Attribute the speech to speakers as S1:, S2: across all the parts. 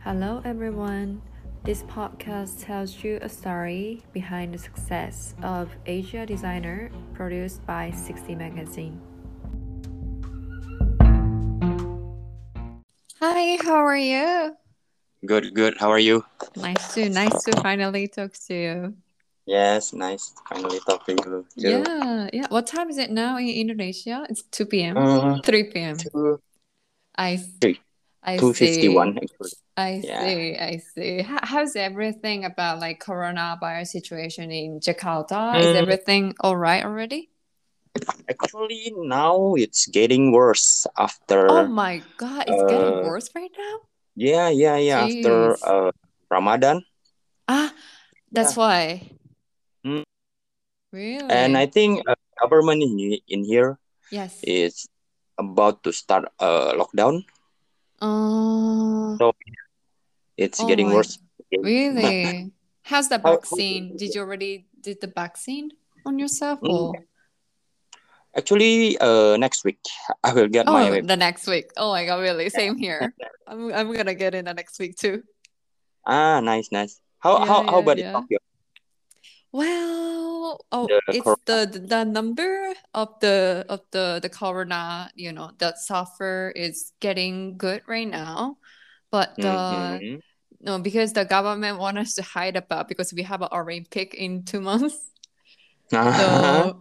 S1: Hello, everyone. This podcast tells you a story behind the success of Asia Designer produced by 60 Magazine. Hi, how are you?
S2: Good, good. How are you?
S1: Nice to nice to finally talk to you.
S2: Yes, nice. Finally talking to you.
S1: Yeah, yeah. What time is it now in Indonesia? It's 2 p.m.
S2: Uh,
S1: 3 p.m.
S2: two,
S1: I
S2: Three.
S1: I see.
S2: 251 actually.
S1: I
S2: Yeah.
S1: see, I see. How, how's everything about like coronavirus situation in Jakarta? Is
S2: Mm.
S1: everything all right already?
S2: Actually, now it's getting worse after.
S1: Oh my God, it's getting
S2: uh,
S1: worse right now.
S2: Yeah, yeah, yeah. After
S1: Jeez.
S2: uh, Ramadan.
S1: Ah, that's why.
S2: Mm.
S1: Really?
S2: And I think uh, government in, in here
S1: yes.
S2: is about to start a lockdown.
S1: Oh,
S2: So it's
S1: oh
S2: getting
S1: my.
S2: worse.
S1: Really? How's the
S2: How-
S1: vaccine? Did you already did the vaccine on yourself
S2: Mm.
S1: or?
S2: Actually, uh, next week I will get
S1: Oh,
S2: my.
S1: the next week. Oh my God, really? Same here. I'm I'm gonna get in the next week too.
S2: Ah, nice, nice. How
S1: Yeah,
S2: how how
S1: yeah,
S2: about in
S1: yeah.
S2: Tokyo?
S1: Well, oh,
S2: The
S1: it's
S2: corona.
S1: the the the number of the of the the corona, you know, that suffer is getting good right now, but uh,
S2: hmm
S1: no, because the government want us to hide about because we have an Olympic in two months.
S2: yeah,
S1: So,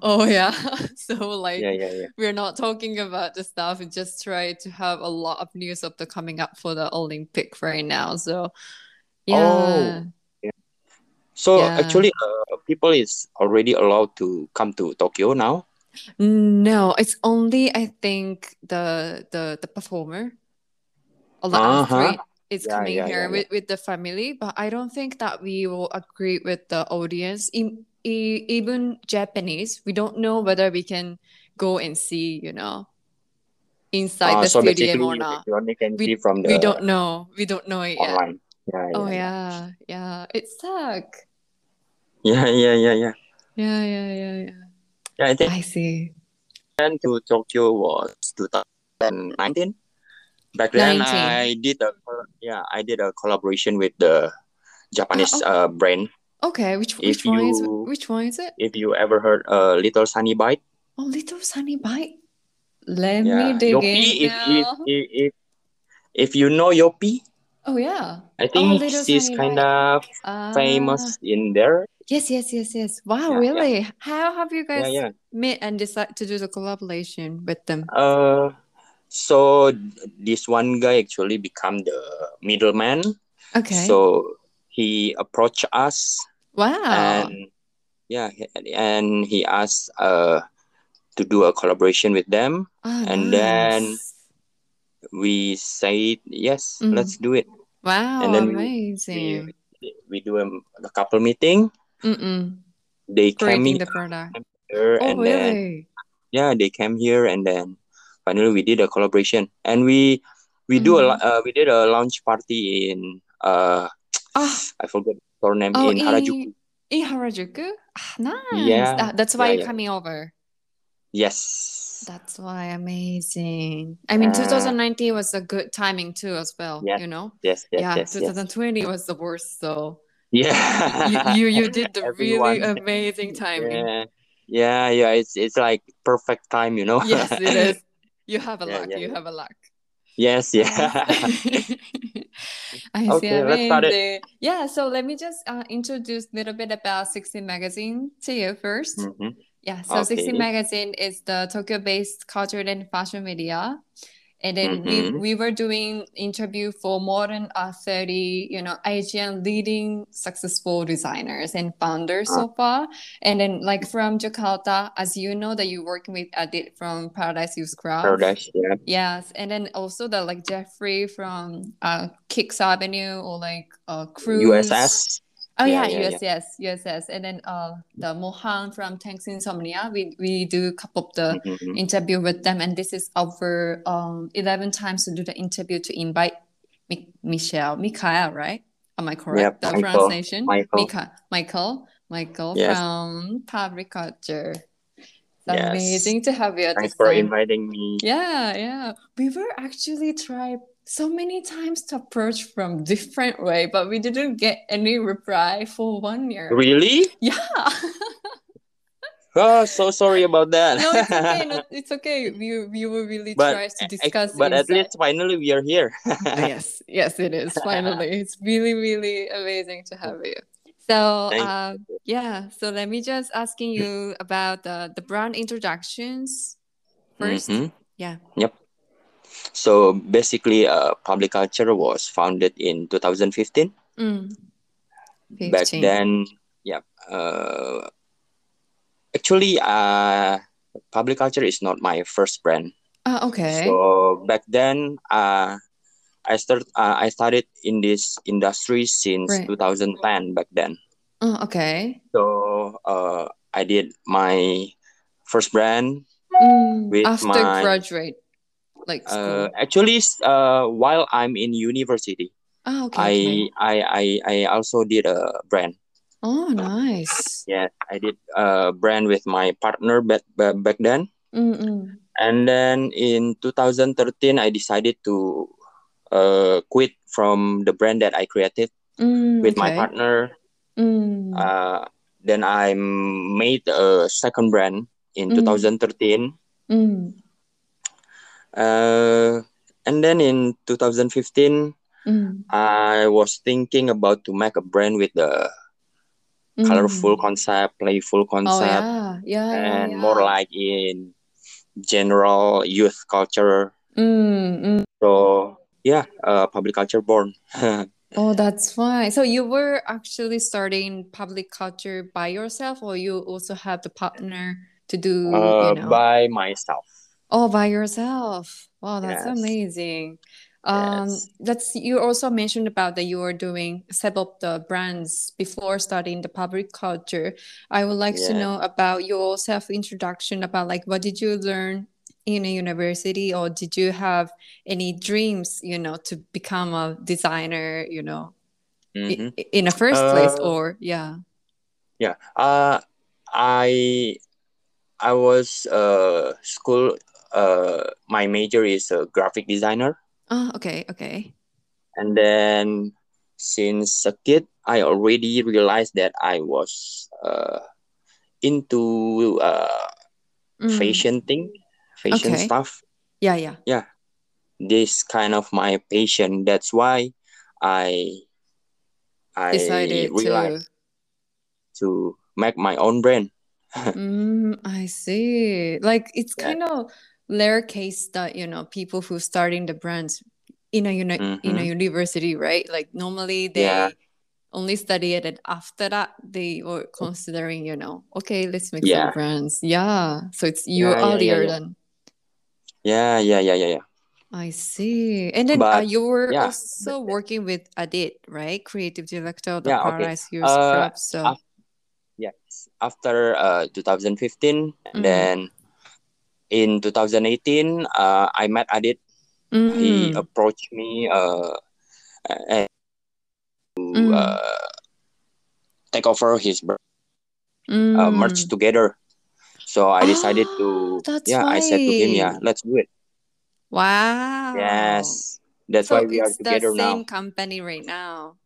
S1: oh yeah, so like
S2: Uh-huh. yeah, yeah.
S1: we're not talking about the stuff. We just try to have a lot of news of the coming up for the Olympic right now. So yeah,
S2: Oh, yeah. So
S1: yeah.
S2: actually, uh, people is already allowed to come to Tokyo now.
S1: No, it's only I think the the the performer on the
S2: Uh huh.
S1: athlete is
S2: Yeah,
S1: coming
S2: yeah, yeah,
S1: here
S2: yeah.
S1: with with the family, but I don't think that we will agree with the audience. E- e- even Japanese, we don't know whether we can go and see, you know, inside
S2: Uh,
S1: the
S2: so
S1: stadium
S2: basically,
S1: or
S2: you, can-
S1: not.
S2: you only can
S1: We
S2: see from
S1: we
S2: the
S1: don't know. We don't know it yet.
S2: online. Yeah,
S1: Oh
S2: yeah, yeah.
S1: yeah, yeah. It suck.
S2: Yeah, yeah, yeah, yeah.
S1: Yeah, yeah, yeah, yeah.
S2: Yeah, I think
S1: I see.
S2: I to Tokyo was 2019. Back then,
S1: 19.
S2: I did a col- yeah, I did a collaboration with the
S1: Ah,
S2: Japanese
S1: oh,
S2: uh, brand.
S1: okay. Which
S2: If
S1: which one is
S2: you
S1: which one is it?
S2: if you ever heard uh, Little Sunny Bite.
S1: Oh, little sunny bite. Let me
S2: Yeah,
S1: dig in
S2: Yopi. If if
S1: now.
S2: if if, if you know Yopi,
S1: Oh yeah. Oh,
S2: I think
S1: little
S2: she's
S1: sunny
S2: kind
S1: bite.
S2: of
S1: Ah,
S2: famous in there.
S1: yes, yes, yes, yes. Wow,
S2: Yeah, yeah,
S1: really? How have you
S2: yeah,
S1: guys
S2: yeah.
S1: met and decided to do the collaboration with them?
S2: Uh, so this one guy actually become the middleman.
S1: Okay.
S2: So he approached us and
S1: Wow.
S2: yeah, and he asked uh to do a collaboration with them,
S1: Oh,
S2: and then
S1: nice.
S2: we said yes, let's
S1: Mm.
S2: do it. And
S1: Wow,
S2: then we we
S1: amazing.
S2: we do a, a couple meeting.
S1: Mm-mm.
S2: They came
S1: Creating
S2: in
S1: the product.
S2: here
S1: Oh,
S2: and then
S1: really?
S2: yeah they came here and then finally we did a collaboration and we we do a lo-
S1: Mm-hmm.
S2: uh, we did a launch party in uh
S1: Ah,
S2: I forgot her name
S1: oh,
S2: in
S1: in
S2: Harajuku
S1: in Harajuku. Ah, nice.
S2: yeah
S1: Ah, that's why you're
S2: yeah yeah
S1: coming over.
S2: yes
S1: That's why amazing. I mean,
S2: yeah
S1: 2019 was a good timing too, as well.
S2: yes
S1: You know,
S2: yes yes
S1: yeah,
S2: yes yes
S1: 2020 was the worst. So you you
S2: yeah
S1: you, you did the really
S2: everyone
S1: amazing timing.
S2: yeah yeah yeah it's it's like perfect time you know
S1: Yes, it is. You have a
S2: yeah
S1: luck.
S2: yeah
S1: You
S2: yeah
S1: have a luck.
S2: yes
S1: I
S2: yeah
S1: see. I see
S2: okay let's start it
S1: amazing. Yeah. So let me just uh, introduce a little bit about 60 Magazine to you first.
S2: mm-hmm.
S1: Yeah, so 60
S2: okay
S1: Magazine is the Tokyo-based culture and fashion media. And then we
S2: mm-hmm.
S1: we were doing interview for more than uh, 30, you know, Asian leading successful designers and founders
S2: uh,
S1: so far. And then like from Jakarta, as you know that you're working with Adit from Paradise Youth Craft.
S2: paradise yeah
S1: Yes, and then also the like Jeffrey from uh Kicks Avenue or like uh Cruise.
S2: USS.
S1: Oh
S2: Yeah,
S1: yeah,
S2: yeah, yeah.
S1: USS, USS, and then uh the Mohan from Tanks Insomnia. We we do a couple of the
S2: Mm-hmm.
S1: interview with them, and this is our um 11 times to do the interview to invite Mi- Michelle, Mikael, right? Am I
S2: Yep,
S1: correct? The
S2: Michael.
S1: pronunciation,
S2: Michael.
S1: Mika, Michael, Michael
S2: Yes,
S1: from Public Culture. It's
S2: yes.
S1: amazing to have you at
S2: Thanks
S1: this
S2: for
S1: time.
S2: inviting me.
S1: Yeah, yeah. We were actually tried so many times to approach from different way, but we didn't get any reply for one year.
S2: Really?
S1: Yeah.
S2: Oh, so sorry about that.
S1: no, it's okay. No, it's okay. We we will really
S2: But
S1: try to
S2: I-
S1: discuss.
S2: but at
S1: inside.
S2: least finally we are here.
S1: yes, yes, it is. Finally, it's really, really amazing to have you. So,
S2: Thank
S1: um, yeah. So let me just asking you about the the brand introductions 1st
S2: Mhm.
S1: Yeah.
S2: Yep. So basically, uh, Public Culture was founded in 2015.
S1: Mm.
S2: Mm-hmm. Back
S1: 15.
S2: then, yeah. Uh, actually, uh, Public Culture is not my first brand.
S1: Ah, okay.
S2: So back then, uh, I start uh, I started in this industry since
S1: Right.
S2: 2010. Back then,
S1: Oh, okay.
S2: so uh, I did my first brand.
S1: Mm,
S2: with
S1: After
S2: my-
S1: graduate, like
S2: Uh,
S1: school.
S2: actually, s- uh, while I'm in university,
S1: Ah, okay.
S2: I,
S1: okay.
S2: I I I also did a brand. uh,
S1: Oh, nice.
S2: Yeah, I did a brand with my partner back back back then.
S1: Mm-mm.
S2: And then in 2013, I decided to uh, quit from the brand that I created
S1: Mm,
S2: with my
S1: okay.
S2: partner.
S1: Mm.
S2: Uh, then I made a second brand in
S1: Mm.
S2: 2013.
S1: Mm.
S2: Uh, and then in 2015,
S1: Mm.
S2: I was thinking about to make a brand with the
S1: Mm.
S2: colorful concept, playful
S1: Oh,
S2: concept,
S1: yeah. Yeah, yeah,
S2: and
S1: yeah.
S2: more like in general youth culture.
S1: Mm, mm.
S2: So yeah, uh, public culture born.
S1: Oh, that's fine. So you were actually starting public culture by yourself, or you also have the partner to do,
S2: uh,
S1: you know,
S2: by myself.
S1: all Oh, by yourself. Wow, that's
S2: Yes.
S1: amazing. Um,
S2: Yes.
S1: that's you also mentioned about that you were doing set up the brands before starting the public culture. I would like to
S2: Yeah.
S1: know about your self introduction about like what did you learn in a university, or did you have any dreams, you know, to become a designer, you know, i-
S2: Mhm.
S1: i- in the first place,
S2: Uh,
S1: or yeah.
S2: Yeah. Uh, I I was uh school. Uh, my major is a graphic designer,
S1: Oh, okay, okay.
S2: and then since a kid, I already realized that I was uh into uh
S1: Mm,
S2: fashion thing, fashion
S1: okay.
S2: stuff.
S1: Yeah, yeah.
S2: Yeah, this kind of my passion. That's why I I
S1: Decided to.
S2: realized to make my own brand.
S1: Mm, I see. Like it's
S2: Yeah.
S1: kind of rare case that you know people who starting the brands in a uni in a
S2: Mm-hmm.
S1: university, right? Like normally
S2: Yeah.
S1: they only study it, and after that they were considering, you know, okay, let's make some
S2: Mm-hmm. Yeah.
S1: brands. Yeah, so it's you
S2: Yeah. Yeah. Yeah.
S1: earlier
S2: Yeah.
S1: than
S2: Yeah. Yeah. Yeah. Yeah. Yeah.
S1: I see. And then uh,
S2: But
S1: you were
S2: yeah.
S1: also working with Adit, right? Creative director of the
S2: Yeah. Okay.
S1: Paradise Youth
S2: Uh.
S1: Club. So,
S2: Af- yes. After uh 2015, and
S1: mm,
S2: then in 2018, uh, I met Adit. He
S1: mm,
S2: approached me. Uh. And to
S1: mm,
S2: uh take over his br- uh, merge
S1: mm.
S2: together. So I decided
S1: Ah,
S2: to.
S1: that's
S2: Yeah. I said to him, yeah,
S1: why.
S2: let's do it.
S1: Wow.
S2: Yes. That's
S1: Oh. So
S2: why we are
S1: it's the
S2: together
S1: same
S2: now.
S1: company right now.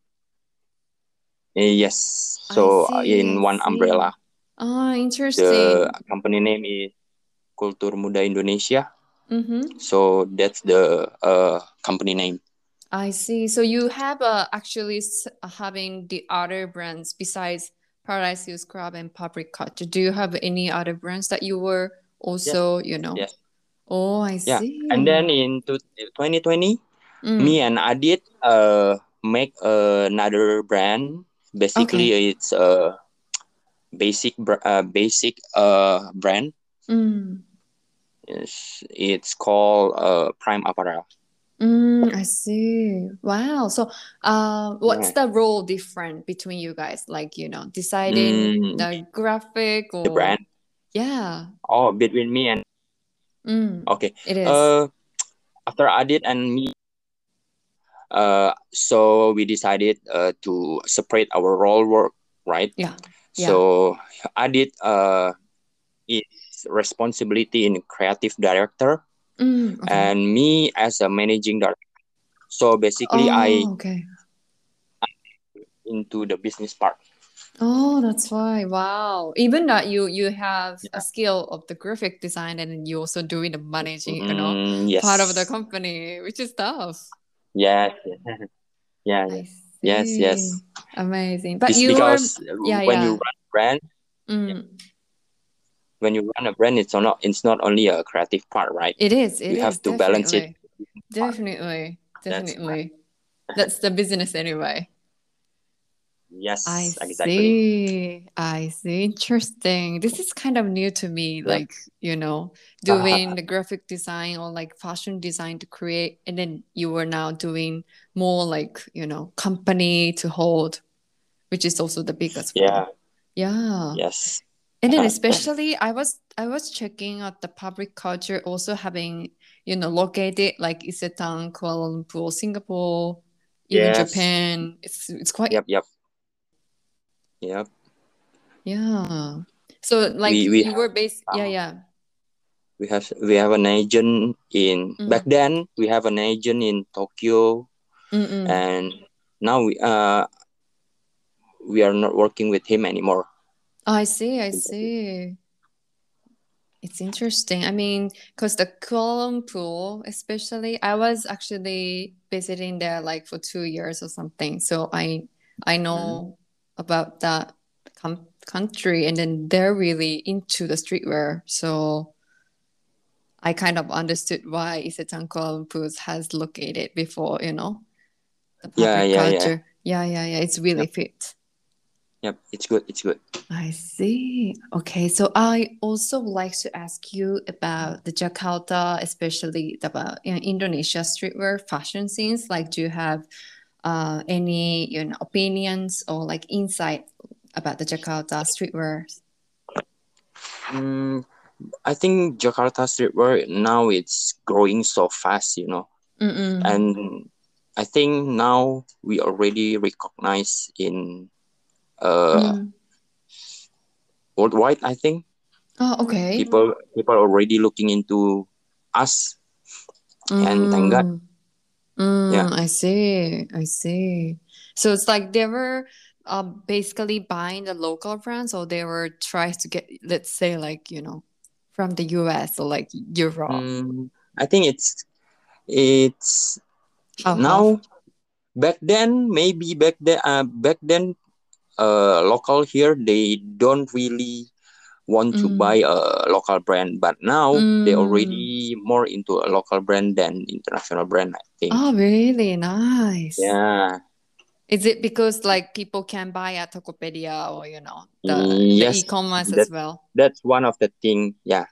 S2: Eh, Yes.
S1: I
S2: So uh,
S1: see,
S2: in
S1: I
S2: one
S1: see.
S2: umbrella,
S1: Oh,
S2: the
S1: interesting.
S2: company name is Kultur Muda Indonesia.
S1: Mm-hmm.
S2: So that's the uh, company name.
S1: I see. So you have uh, actually s- having the other brands besides Paradise Youth Club and Public Culture. Do you have any other brands that you were
S2: Yes.
S1: also, you know?
S2: Yes.
S1: Oh, I
S2: Yeah. And then
S1: see.
S2: in two- 2020, me
S1: Mm.
S2: and Adit uh make another brand.
S1: Okay.
S2: Basically, it's a basic br- uh, basic uh brand.
S1: Mm.
S2: It's, it's called uh Prime Apparel.
S1: Mm, I see. Wow. So, uh, what's the
S2: Yeah.
S1: role different between you guys? Like, you know, deciding
S2: Mm,
S1: the graphic
S2: the brand.
S1: or yeah.
S2: Oh, between me and
S1: Mm,
S2: okay.
S1: it is.
S2: Uh, after Adit and me, uh, so we decided uh, to separate our role work, right?
S1: Yeah. Yeah.
S2: So Adit uh is responsibility in creative director,
S1: Mm, okay.
S2: and me as a managing director. So basically, I
S1: Oh, okay.
S2: into the business part.
S1: Oh, that's why. Wow. Even that you you have
S2: Yeah.
S1: a skill of the graphic design and then you also doing the managing, you know,
S2: Mm,
S1: part of the
S2: yes.
S1: company, which is tough.
S2: Yes. Yeah.
S1: I
S2: Yes. Yes.
S1: see. Amazing. But
S2: It's
S1: you are,
S2: because uh,
S1: yeah,
S2: when you
S1: yeah.
S2: run a brand,
S1: Mm.
S2: when you run a brand, it's not it's not only a creative part, right?
S1: It is. It is
S2: You have to balance it.
S1: definitely. Definitely.
S2: That's
S1: Definitely. That's the business anyway. I
S2: yes, exactly.
S1: see. I see. Interesting. This is kind of new to me,
S2: Yeah.
S1: like, you know, doing the
S2: Uh,
S1: graphic design or like fashion design to create, and then you were now doing more like, you know, company to hold, which is also the biggest one.
S2: yeah. Uh-huh.
S1: Yeah.
S2: Yes.
S1: And then especially I was I was checking out the public culture also having, you know, located like Isetan, Kuala Lumpur, Singapore, even
S2: yes.
S1: Japan. It's it's quite
S2: Yep. Yep. Yep.
S1: yeah. So like
S2: We we
S1: you
S2: have
S1: were based yeah,
S2: some
S1: yeah.
S2: we have we have an agent in back
S1: Mm,
S2: then we have an agent in Tokyo
S1: mm, mm.
S2: and now we uh we are not working with him anymore.
S1: Oh, I see, I see. It's interesting. I mean, because the Kuala Lumpur, especially, I was actually visiting there like for two years or something. So I I
S2: Mm.
S1: know about that com country, and then they're really into the streetwear. So I kind of understood why Isetan Kuala Lumpur has located before, you know, the
S2: Yeah,
S1: public
S2: yeah, yeah.
S1: culture. Yeah, yeah, yeah. It's really
S2: Yep,
S1: fit.
S2: yep. It's good. It's good.
S1: I see. Okay, so I also would like to ask you about the Jakarta, especially about you know, Indonesia streetwear fashion scenes. Like, do you have uh, any you know opinions or like insight about the Jakarta streetwear?
S2: Mm, I think Jakarta streetwear now it's growing so fast, you know,
S1: Mm-mm.
S2: and I think now we already recognize in uh
S1: Mm.
S2: worldwide. I think
S1: Oh, okay.
S2: people people already looking into us and thank God.
S1: Mm.
S2: Yeah,
S1: Mm, I see. I see. So it's like they were um, basically buying the local brands, or they were trying to get, let's say, like, you know, from the US or like Europe.
S2: mm, I think it's it's
S1: Half, half.
S2: now back then maybe back then uh, back then uh local here they don't really want to
S1: Mm,
S2: buy a local brand but now they
S1: mm.
S2: already more into a local brand than international brand i think
S1: Oh, really? Nice.
S2: yeah
S1: Is it because like people can buy at Tokopedia or, you know, the the
S2: Mm, yes
S1: e-commerce as
S2: that
S1: well?
S2: that's one of the thing yeah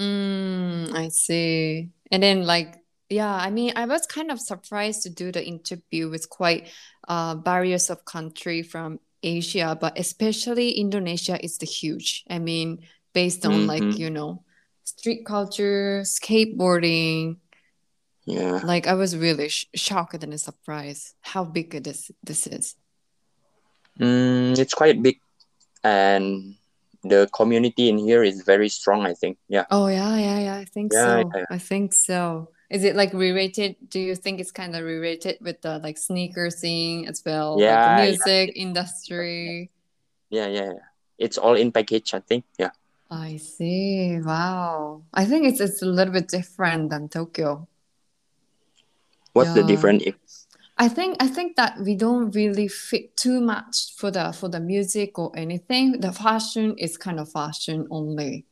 S1: Mm, I see. And then like yeah, I mean, I was kind of surprised to do the interview with quite uh various of country from Asia, but especially Indonesia is the huge. I mean, based on like,
S2: hmm
S1: you know, street culture, skateboarding,
S2: yeah
S1: like I was really sh shocked and surprised how big it is this is.
S2: mm, it's quite big and the community in here is very strong i think yeah
S1: Oh yeah, yeah, yeah. I think
S2: yeah
S1: so.
S2: yeah
S1: I think so. Is it like related? Do you think it's kind of related with the like sneaker scene as well, like the
S2: yeah yeah
S1: music
S2: it's,
S1: industry?
S2: yeah yeah yeah. it's all in package i think yeah
S1: I see. Wow. I think it's it's a little bit different than Tokyo.
S2: what's the
S1: Yeah.
S2: difference if
S1: I think I think that we don't really fit too much for the for the music or anything. The fashion is kind of fashion only.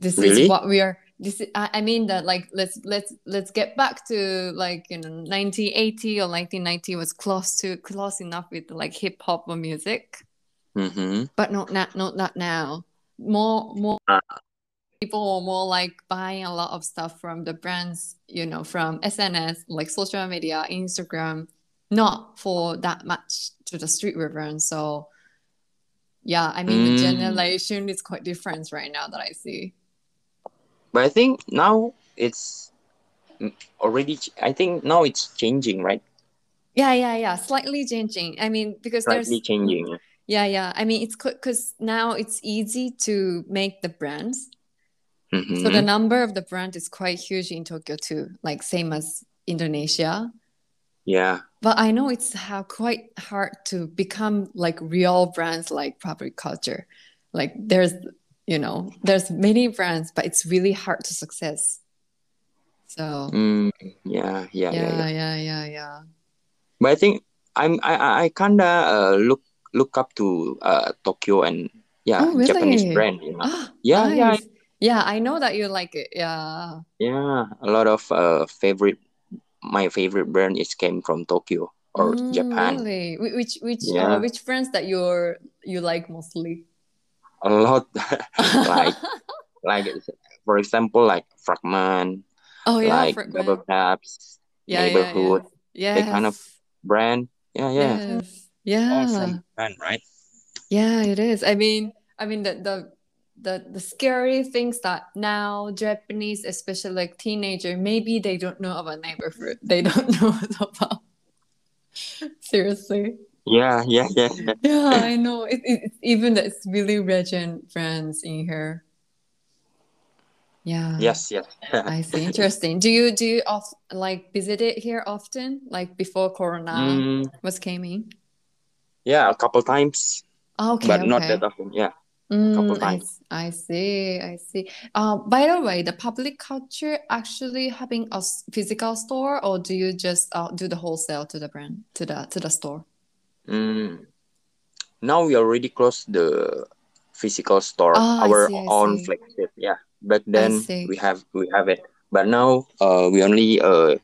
S1: This is
S2: really
S1: what we are. This is, I, I mean that like let's let's let's get back to like you know 1980 or 1990 was close to close enough with like hip hop or music,
S2: mm-hmm.
S1: but not not not that now. More more
S2: Ah.
S1: people are more like buying a lot of stuff from the brands, you know, from SNS, like social media, Instagram, not for that much to the streetwear brand. So yeah, I mean the
S2: mm.
S1: generation is quite different right now that I see.
S2: But I think now it's mm, already. ch- I think now it's changing, right?
S1: Yeah, yeah, yeah. Slightly changing. I mean, because
S2: Slightly
S1: there's mm,
S2: changing.
S1: yeah, yeah. I mean, it's because now it's easy to make the brands. So the
S2: Mm-hmm.
S1: number of the brand is quite huge in Tokyo too, like same as Indonesia.
S2: Yeah.
S1: But I know it's how quite hard to become like real brands like property culture. Like there's you know, there's many brands, but it's really hard to success. So
S2: Mm, yeah, yeah, yeah, yeah.
S1: yeah, yeah, yeah, yeah.
S2: But I think I'm I I- I kinda uh, look look up to uh Tokyo and yeah
S1: Oh,
S2: Japanese
S1: really?
S2: brand. You know.
S1: Ah,
S2: Yeah, yeah,
S1: nice. Yeah, I know that you like it. Yeah.
S2: yeah. A lot of uh favorite my favorite brand is came from Tokyo or
S1: Mm,
S2: Japan.
S1: really? Wh- Which which uh
S2: Yeah,
S1: which brands that you're you like mostly?
S2: a lot like like for example like Fragment,
S1: Oh yeah,
S2: like Double
S1: Fragment.
S2: Taps,
S1: Yeah, yeah,
S2: Neighborhood,
S1: yes.
S2: that kind of
S1: Yes.
S2: brand. Yeah, yeah.
S1: Yes.
S2: All from
S1: Yeah.
S2: Japan, right?
S1: Yeah, it is. I mean, I mean the the the, the scary things that now Japanese, especially like teenager, maybe they don't know about neighborhood. They don't know about seriously.
S2: Yeah, yeah, yeah, yeah.
S1: Yeah, I know. It, it, it's even that it's really regent brands in here. Yeah,
S2: Yes, yes.
S1: I see. Interesting. Do you do you of like visit it here often? Like before Corona
S2: mm,
S1: was came in?
S2: yeah, a couple times,
S1: Ah, okay,
S2: but not that
S1: okay.
S2: often. Yeah, a couple
S1: Mm, I,
S2: times.
S1: s- I see, I see. Uh, by the way, the public culture actually having a s- physical store, or do you just uh, do the wholesale to the brand to the to the store?
S2: Mm. Now we already closed the physical store,
S1: Ah, I
S2: our
S1: see, I
S2: own
S1: see,
S2: flagship. Yeah, back
S1: I
S2: then we
S1: see.
S2: have we have it, but now uh, we only uh,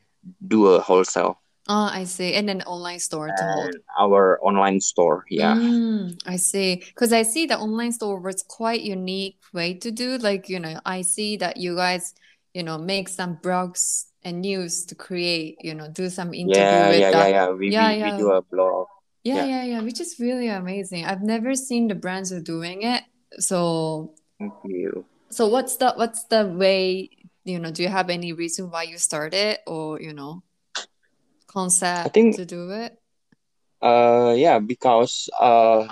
S2: do a wholesale
S1: Ah, I see. And then online store to hold.
S2: and our online store. Uh, Yeah,
S1: Mm, I see. Because I see the online store was quite unique way to do. Like, you know, I see that you guys, you know, make some blogs and news to create, you know, Mm, do some interview
S2: yeah, yeah,
S1: with
S2: yeah,
S1: the,
S2: yeah. We
S1: yeah,
S2: we, we
S1: yeah,
S2: do a blog.
S1: yeah,
S2: Yeah.
S1: yeah, yeah, which is really amazing. I've never seen the brands are doing it. So,
S2: Thank you.
S1: so what's the what's the way, you know, do you have any reason why you started or, you know,
S2: I
S1: concept
S2: think
S1: to do it?
S2: uh yeah because uh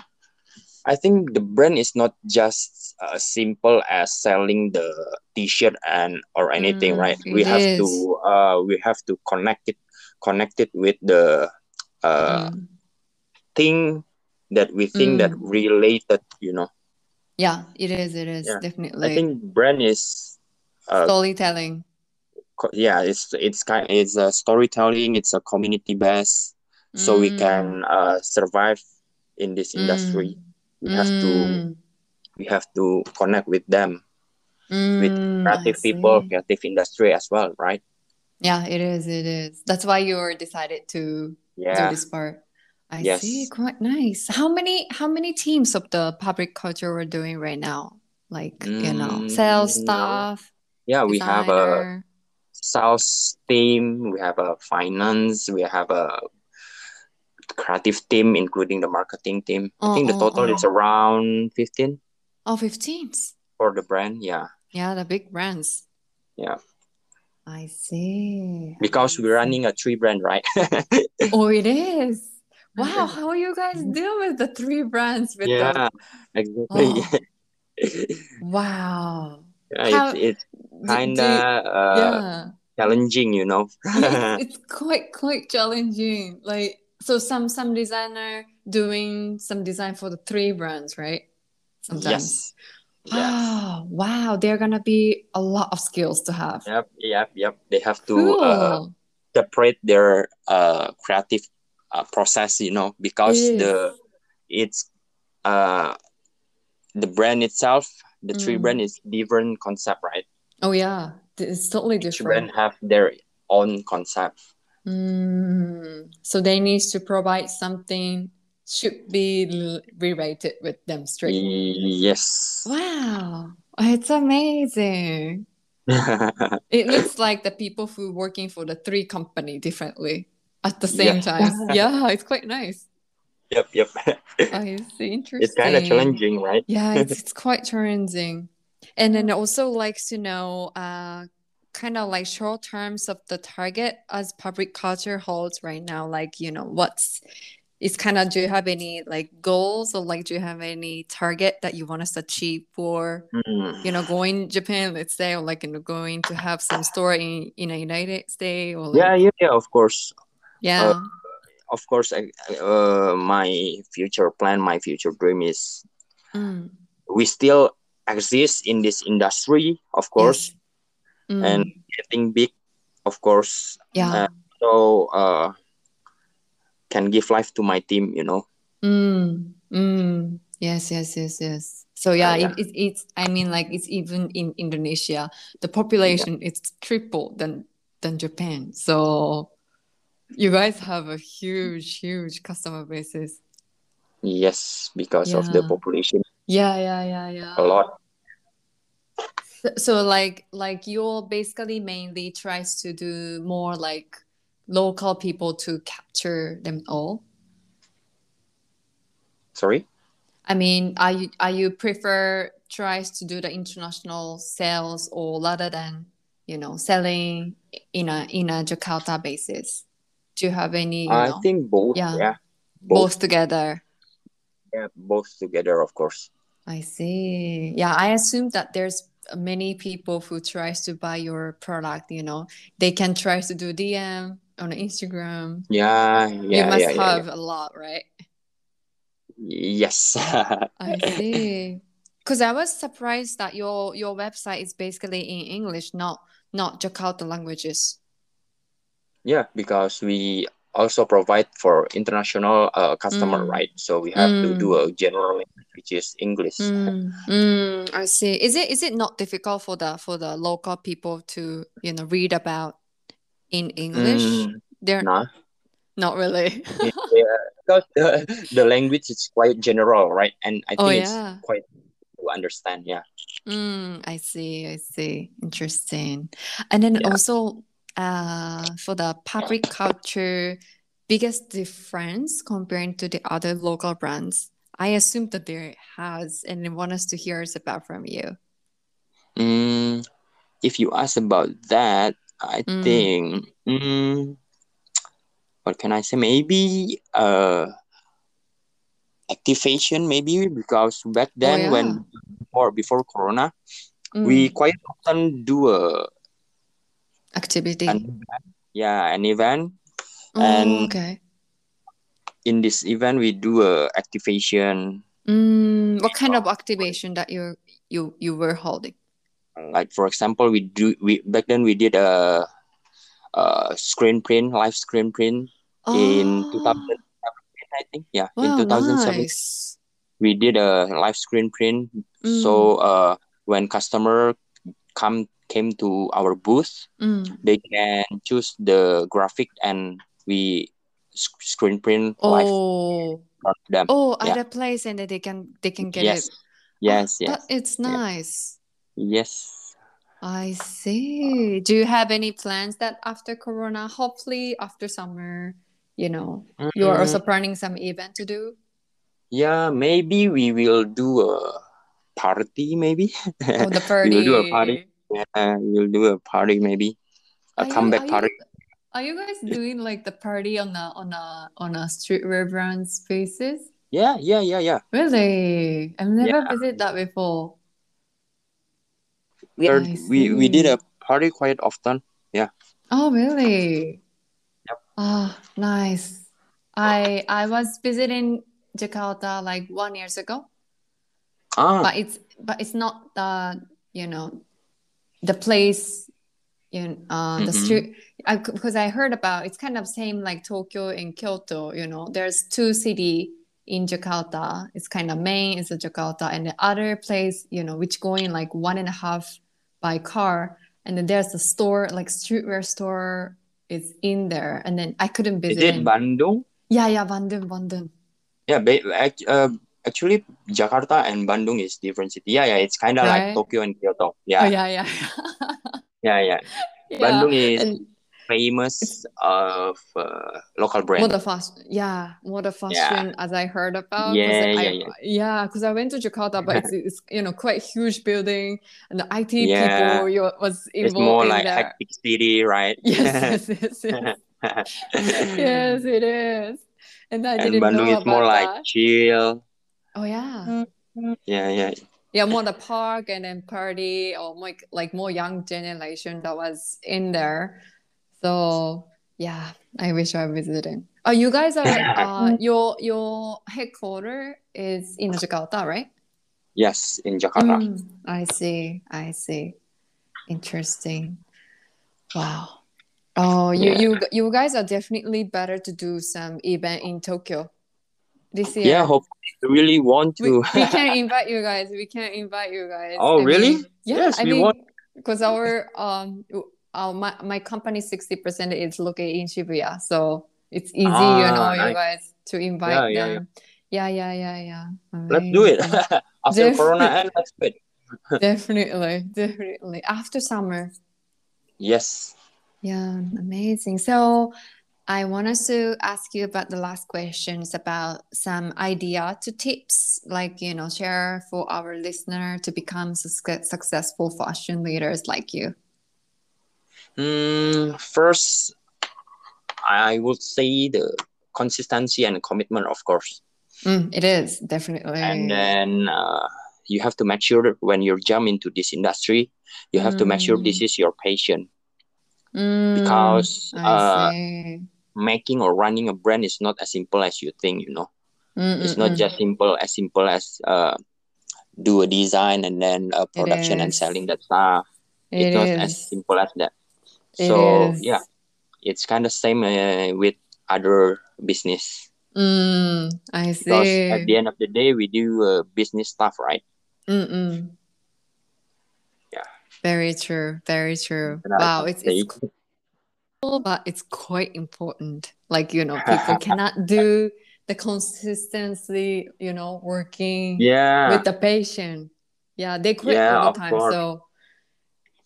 S2: I think the brand is not just uh, simple as selling the T-shirt and or
S1: Mm,
S2: anything, right?
S1: it
S2: We have
S1: is.
S2: to uh, we have to connect it connect it with the uh,
S1: Mm,
S2: thing that we think that
S1: mm.
S2: related, you know.
S1: Yeah, it is. It is
S2: Yeah, I
S1: definitely
S2: think brand is uh
S1: storytelling.
S2: co- yeah it's it's kind it's a storytelling. It's a community base, so we
S1: Mm,
S2: can uh, survive in this
S1: mm,
S2: industry. We have to
S1: mm,
S2: we have to connect with them. with
S1: mm, I
S2: creative people,
S1: see.
S2: creative industry as well, right?
S1: Yeah, it is. It is. That's why you were decided to do
S2: Yeah.
S1: this part. I see.
S2: Yes.
S1: Quite nice. How many how many teams of the public culture we're doing right now? Like, you know, sales
S2: Mm, now,
S1: staff,
S2: yeah, we have a
S1: designer.
S2: sales team, we have a finance, we have a creative team, including the marketing team. I
S1: Oh,
S2: think the
S1: oh,
S2: total is
S1: oh.
S2: around fifteen
S1: Oh, 15s.
S2: for the brand. Yeah,
S1: Yeah, the big brands.
S2: yeah.
S1: I see.
S2: Because
S1: I
S2: we're running
S1: see.
S2: a three brand, right?
S1: Oh, it is. Wow, how you guys deal with the three brands with the
S2: yeah, exactly.
S1: oh wow.
S2: Yeah, it's
S1: How
S2: it's
S1: do, do you,
S2: kinda uh,
S1: yeah.
S2: challenging, you know.
S1: Yeah, it's it's quite quite challenging. Like so some some designer doing some design for the three brands, right? Sometimes.
S2: yes. Yes.
S1: Wow, wow, there are gonna be a lot of skills to have.
S2: Yep, yep, yep. They have to uh,
S1: Cool.
S2: separate their uh, creative uh, process, you know,
S1: It
S2: because the
S1: is.
S2: it's uh, the brand itself, the tree brand
S1: Mm.
S2: is different concept, right?
S1: Oh yeah, it's totally
S2: Each
S1: different.
S2: brand have their own concept.
S1: Mm, so they need to provide something should be l- related with them straight.
S2: Yes.
S1: Wow, it's amazing. It looks like the people who working for the three company differently at the
S2: yeah.
S1: same times. Yeah, it's quite nice.
S2: Yep, yep.
S1: I see.
S2: it's kind
S1: Interesting.
S2: of challenging, right?
S1: Yeah, it's it's quite challenging. And then I also like to know uh kind of like short terms of the target as public culture holds right now. Like, you know, what's it's kind of do you have any like goals or like do you have any target that you want us to achieve for
S2: Hmm.
S1: you know going Japan let's say or like you know going to have some store in in the United States or
S2: Yeah,
S1: like
S2: yeah, yeah, of course.
S1: Yeah.
S2: Of course, I, I- uh, my future plan, my future dream is
S1: Mm.
S2: we still exist in this industry, of course,
S1: Yes. Mm.
S2: and getting big, of course.
S1: yeah.
S2: uh, So uh, can give life to my team, you know.
S1: Mm. Mm. Yes, yes, yes, yes. So yeah,
S2: Uh,
S1: it,
S2: yeah.
S1: it, it's I mean like it's even in Indonesia, the population is triple than than Japan. So you guys have a huge, huge customer bases.
S2: Yes, because of the
S1: Yeah.
S2: population,
S1: Yeah, yeah, yeah,
S2: a
S1: yeah.
S2: lot.
S1: So, so like like you're basically mainly tries to do more like local people to capture them all.
S2: Sorry.
S1: I mean, are you are you prefer tries to do the international sales or rather than you know selling in a in a Jakarta basis? Do you have any you
S2: I
S1: know?
S2: think both.
S1: Yeah,
S2: Yeah,
S1: both
S2: both.
S1: together.
S2: Yeah, both together, of course.
S1: I see. Yeah, I assume that there's many people who tries to buy your product. You know, they can try to do DM on Instagram.
S2: Yeah,
S1: You
S2: yeah,
S1: must
S2: yeah, yeah, yeah.
S1: have a lot, right?
S2: Yes.
S1: I see. Because I was surprised that your your website is basically in English, not not Jakarta languages.
S2: Yeah, because we also provide for international uh, customer,
S1: Mm,
S2: right? So we have to do
S1: mm,
S2: a general language, which is English.
S1: mm, mm, I see. Is it is it not difficult for the for the local people to you know read about in English?
S2: Mm,
S1: They're
S2: nah.
S1: not really.
S2: Yeah, because the, the language is quite general, right? And I
S1: Oh
S2: think it's
S1: yeah.
S2: quite to understand. Yeah.
S1: Mm, I see, I see. Interesting. And then
S2: Yeah.
S1: also, uh, for the fabric culture, biggest difference compared to the other local brands, I assume that there has, and I want us to hear is about from you.
S2: Mm, if you ask about that, I
S1: Mm,
S2: think, mm, what can I say? Maybe uh, activation, maybe because back
S1: oh
S2: then
S1: yeah.
S2: when or before Corona,
S1: Mm,
S2: we quite often do a an
S1: activity.
S2: event. yeah an event
S1: Oh,
S2: and
S1: okay.
S2: in this event we do a activation
S1: Mm, what kind of activation that you you you were holding?
S2: like for example we do we back then we did a, a screen print live screen print in
S1: Oh,
S2: 2000 I think yeah in
S1: wow,
S2: 2007
S1: nice.
S2: we did a live screen print
S1: Mm,
S2: so uh when customer come came to our booth
S1: mm.
S2: they can choose the graphic and we sc- screen print live
S1: Oh.
S2: for them
S1: Oh, at
S2: yeah
S1: a place and then they can they can get it.
S2: yes
S1: Ah,
S2: yes
S1: that
S2: yes
S1: it's
S2: yeah
S1: nice.
S2: yes
S1: I see. Do you have any plans that after Corona, hopefully after summer, you know, you are
S2: Mm,
S1: also planning some event to do?
S2: yeah maybe we will do a party maybe
S1: Oh, the
S2: we will do a party
S1: party.
S2: yeah we'll do a party maybe
S1: Are
S2: a
S1: you
S2: comeback
S1: are
S2: party
S1: you are you guys doing like the party on a on a on a streetwear brand's basis?
S2: yeah yeah yeah yeah
S1: Really? I've
S2: yeah
S1: never visited that before.
S2: we are
S1: I
S2: Er, we we did a
S1: see.
S2: party quite often yeah
S1: Oh, really? Ah, nice. I I was visiting Jakarta like one years ago,
S2: ah
S1: but it's but it's not the you know the place you know, uh the
S2: mm-hmm.
S1: street I, because I heard about it's kind of same like Tokyo and Kyoto. You know, there's two city in Jakarta. It's kind of main is a Jakarta, and the other place you know which going like one and a half by car, and then there's a store like streetwear store is in there, and then I couldn't
S2: is
S1: visit
S2: it
S1: in.
S2: bandung
S1: Yeah, yeah, Bandung, Bandung.
S2: Yeah, ba- act- uh, actually, Jakarta and Bandung is different city. Yeah, yeah, it's kind of like
S1: Right?
S2: Tokyo and Kyoto.
S1: Oh
S2: Yeah,
S1: yeah, yeah.
S2: yeah, yeah.
S1: yeah.
S2: Bandung is
S1: And
S2: famous
S1: it's
S2: of uh, local
S1: more
S2: brand.
S1: the fashion. Yeah, more the
S2: Yeah,
S1: fashion as I heard about because
S2: yeah,
S1: I
S2: yeah, yeah,
S1: yeah, because I went to Jakarta, but it's it's you know quite huge building and the IT
S2: yeah.
S1: people you know, was
S2: It's
S1: involved
S2: more
S1: in
S2: like
S1: there.
S2: hectic city, right?
S1: Yes, yes, yes, yes. Yes, it is. And I
S2: And
S1: didn't
S2: Bandung
S1: know
S2: is more
S1: about
S2: like
S1: that.
S2: chill.
S1: Oh yeah.
S2: Yeah, yeah,
S1: yeah more the park and then party or more like more young generation that was in there so Yeah, I wish I visited. Oh, you guys are uh, your your headquarter is in Jakarta, right?
S2: Yes, in Jakarta.
S1: Mm, I see. I see. Interesting. Wow. Oh, you
S2: Yeah.
S1: you you guys are definitely better to do some event in Tokyo this year.
S2: Yeah, hope you really want
S1: we,
S2: to.
S1: we can invite you guys. We can invite you guys.
S2: Oh, really?
S1: mean- yeah,
S2: Yes,
S1: I mean,
S2: we want.
S1: because our um, our, my my company sixty percent is located in Shibuya, so it's easy, you know,
S2: Ah,
S1: you
S2: nice.
S1: guys to
S2: Yeah,
S1: invite
S2: yeah, yeah.
S1: them. Yeah, yeah, yeah, yeah.
S2: Let's do it.
S1: Amazing.
S2: After
S1: Def-
S2: Corona and let's do it.
S1: definitely, definitely after summer.
S2: Yes.
S1: Yeah, amazing. So I want us to ask you about the last questions about some idea to tips, like you know, share for our listener to become suc- successful fashion leaders like you.
S2: Mm, first, I would say the consistency and commitment, of course.
S1: Mm, it is definitely.
S2: And then uh, you have to make sure that when you jump into this industry, you have to make sure this
S1: Mm,
S2: is your passion
S1: mm,
S2: because
S1: I
S2: uh,
S1: see.
S2: making or running a brand is not as simple as you think, you know. It's not
S1: Mm-mm-mm.
S2: just simple as simple as uh, do a design and then a
S1: It
S2: production and
S1: is.
S2: selling that stuff. It's
S1: It
S2: not as
S1: is.
S2: simple as that.
S1: It
S2: So yeah,
S1: is.
S2: it's kind of same uh, with other business
S1: Mm, I
S2: because at
S1: see.
S2: the end of the day, we do uh, business stuff, right?
S1: Mm-mm.
S2: Yeah,
S1: Very true. Very true.
S2: and I
S1: Wow,
S2: can
S1: it's it's
S2: say
S1: simple, but it's quite important. Like, you know, people cannot do the consistency, you know, working
S2: yeah,
S1: with the patient. Yeah, they quit all
S2: yeah,
S1: the
S2: of
S1: time.
S2: course.
S1: So,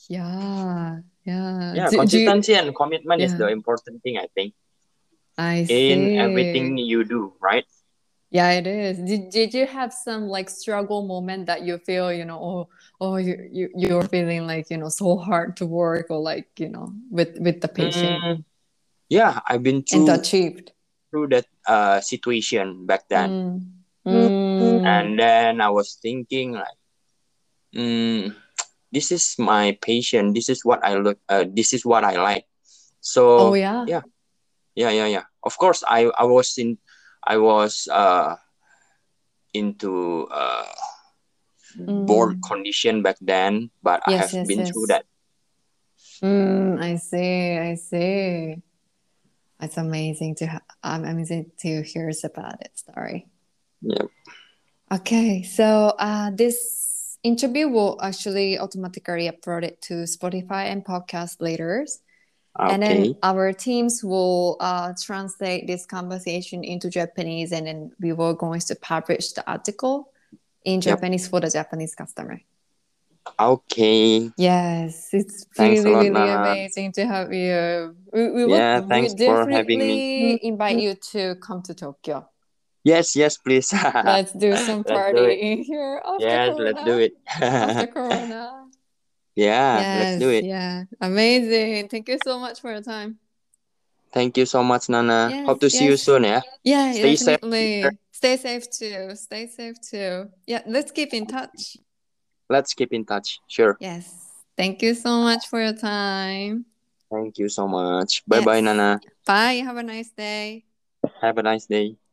S1: yeah, yeah.
S2: Yeah,
S1: Do, do you,
S2: consistency and commitment is
S1: yeah,
S2: the important thing, I think,
S1: I
S2: in everything
S1: see.
S2: you do, right?
S1: Yeah, it is. Did, did you have some like struggle moment that you feel, you know, oh, oh, you, you, you're feeling like, you know, so hard to work or like, you know, with, with the patient
S2: Mm, yeah, I've been
S1: and
S2: through
S1: achieved.
S2: through that uh, situation back then,
S1: Mm. Mm.
S2: and then I was thinking like, mm, this is my patient. This is what I look. Uh, this is what I like.
S1: Oh
S2: So
S1: yeah.
S2: yeah, yeah, yeah, yeah. Of course, I I was in, I was uh into uh bored
S1: Mm.
S2: condition back then, but I
S1: Yes,
S2: have
S1: yes,
S2: been through
S1: yes.
S2: that.
S1: Mm, I see. I see. It's amazing to ha- I'm amazing to hear us about it. Sorry.
S2: Yeah.
S1: Okay, so uh, this interview will actually automatically upload it to Spotify and podcast later, and then
S2: Okay.
S1: our teams will uh, translate this conversation into Japanese, and then we will going to publish the article in
S2: Yep.
S1: Japanese for the Japanese customer.
S2: Okay.
S1: Yes, it's
S2: Thanks a
S1: really,
S2: lot,
S1: really
S2: Nana.
S1: amazing to have you. We, we would
S2: Yeah.
S1: we
S2: Thanks for having me.
S1: definitely invite you to come to Tokyo.
S2: Yes. Yes. Please.
S1: Let's do some
S2: let's do
S1: party
S2: it.
S1: in here after
S2: Yes. Let's
S1: Corona.
S2: do it.
S1: After Corona.
S2: yeah. Let's do
S1: Yes,
S2: it.
S1: yeah. Amazing. Thank you so much for your time.
S2: Thank you so much, Nana. Hope
S1: Yes,
S2: to see you
S1: yes.
S2: soon. Yeah.
S1: Yeah,
S2: Stay safe.
S1: definitely. Stay safe too. Stay safe too. Yeah, let's keep in touch.
S2: Let's keep in touch. Sure.
S1: Yes. Thank you so much for your time.
S2: Thank you so much. Bye bye,
S1: Yes.
S2: Nana.
S1: Bye. Have a nice day.
S2: Have a nice day.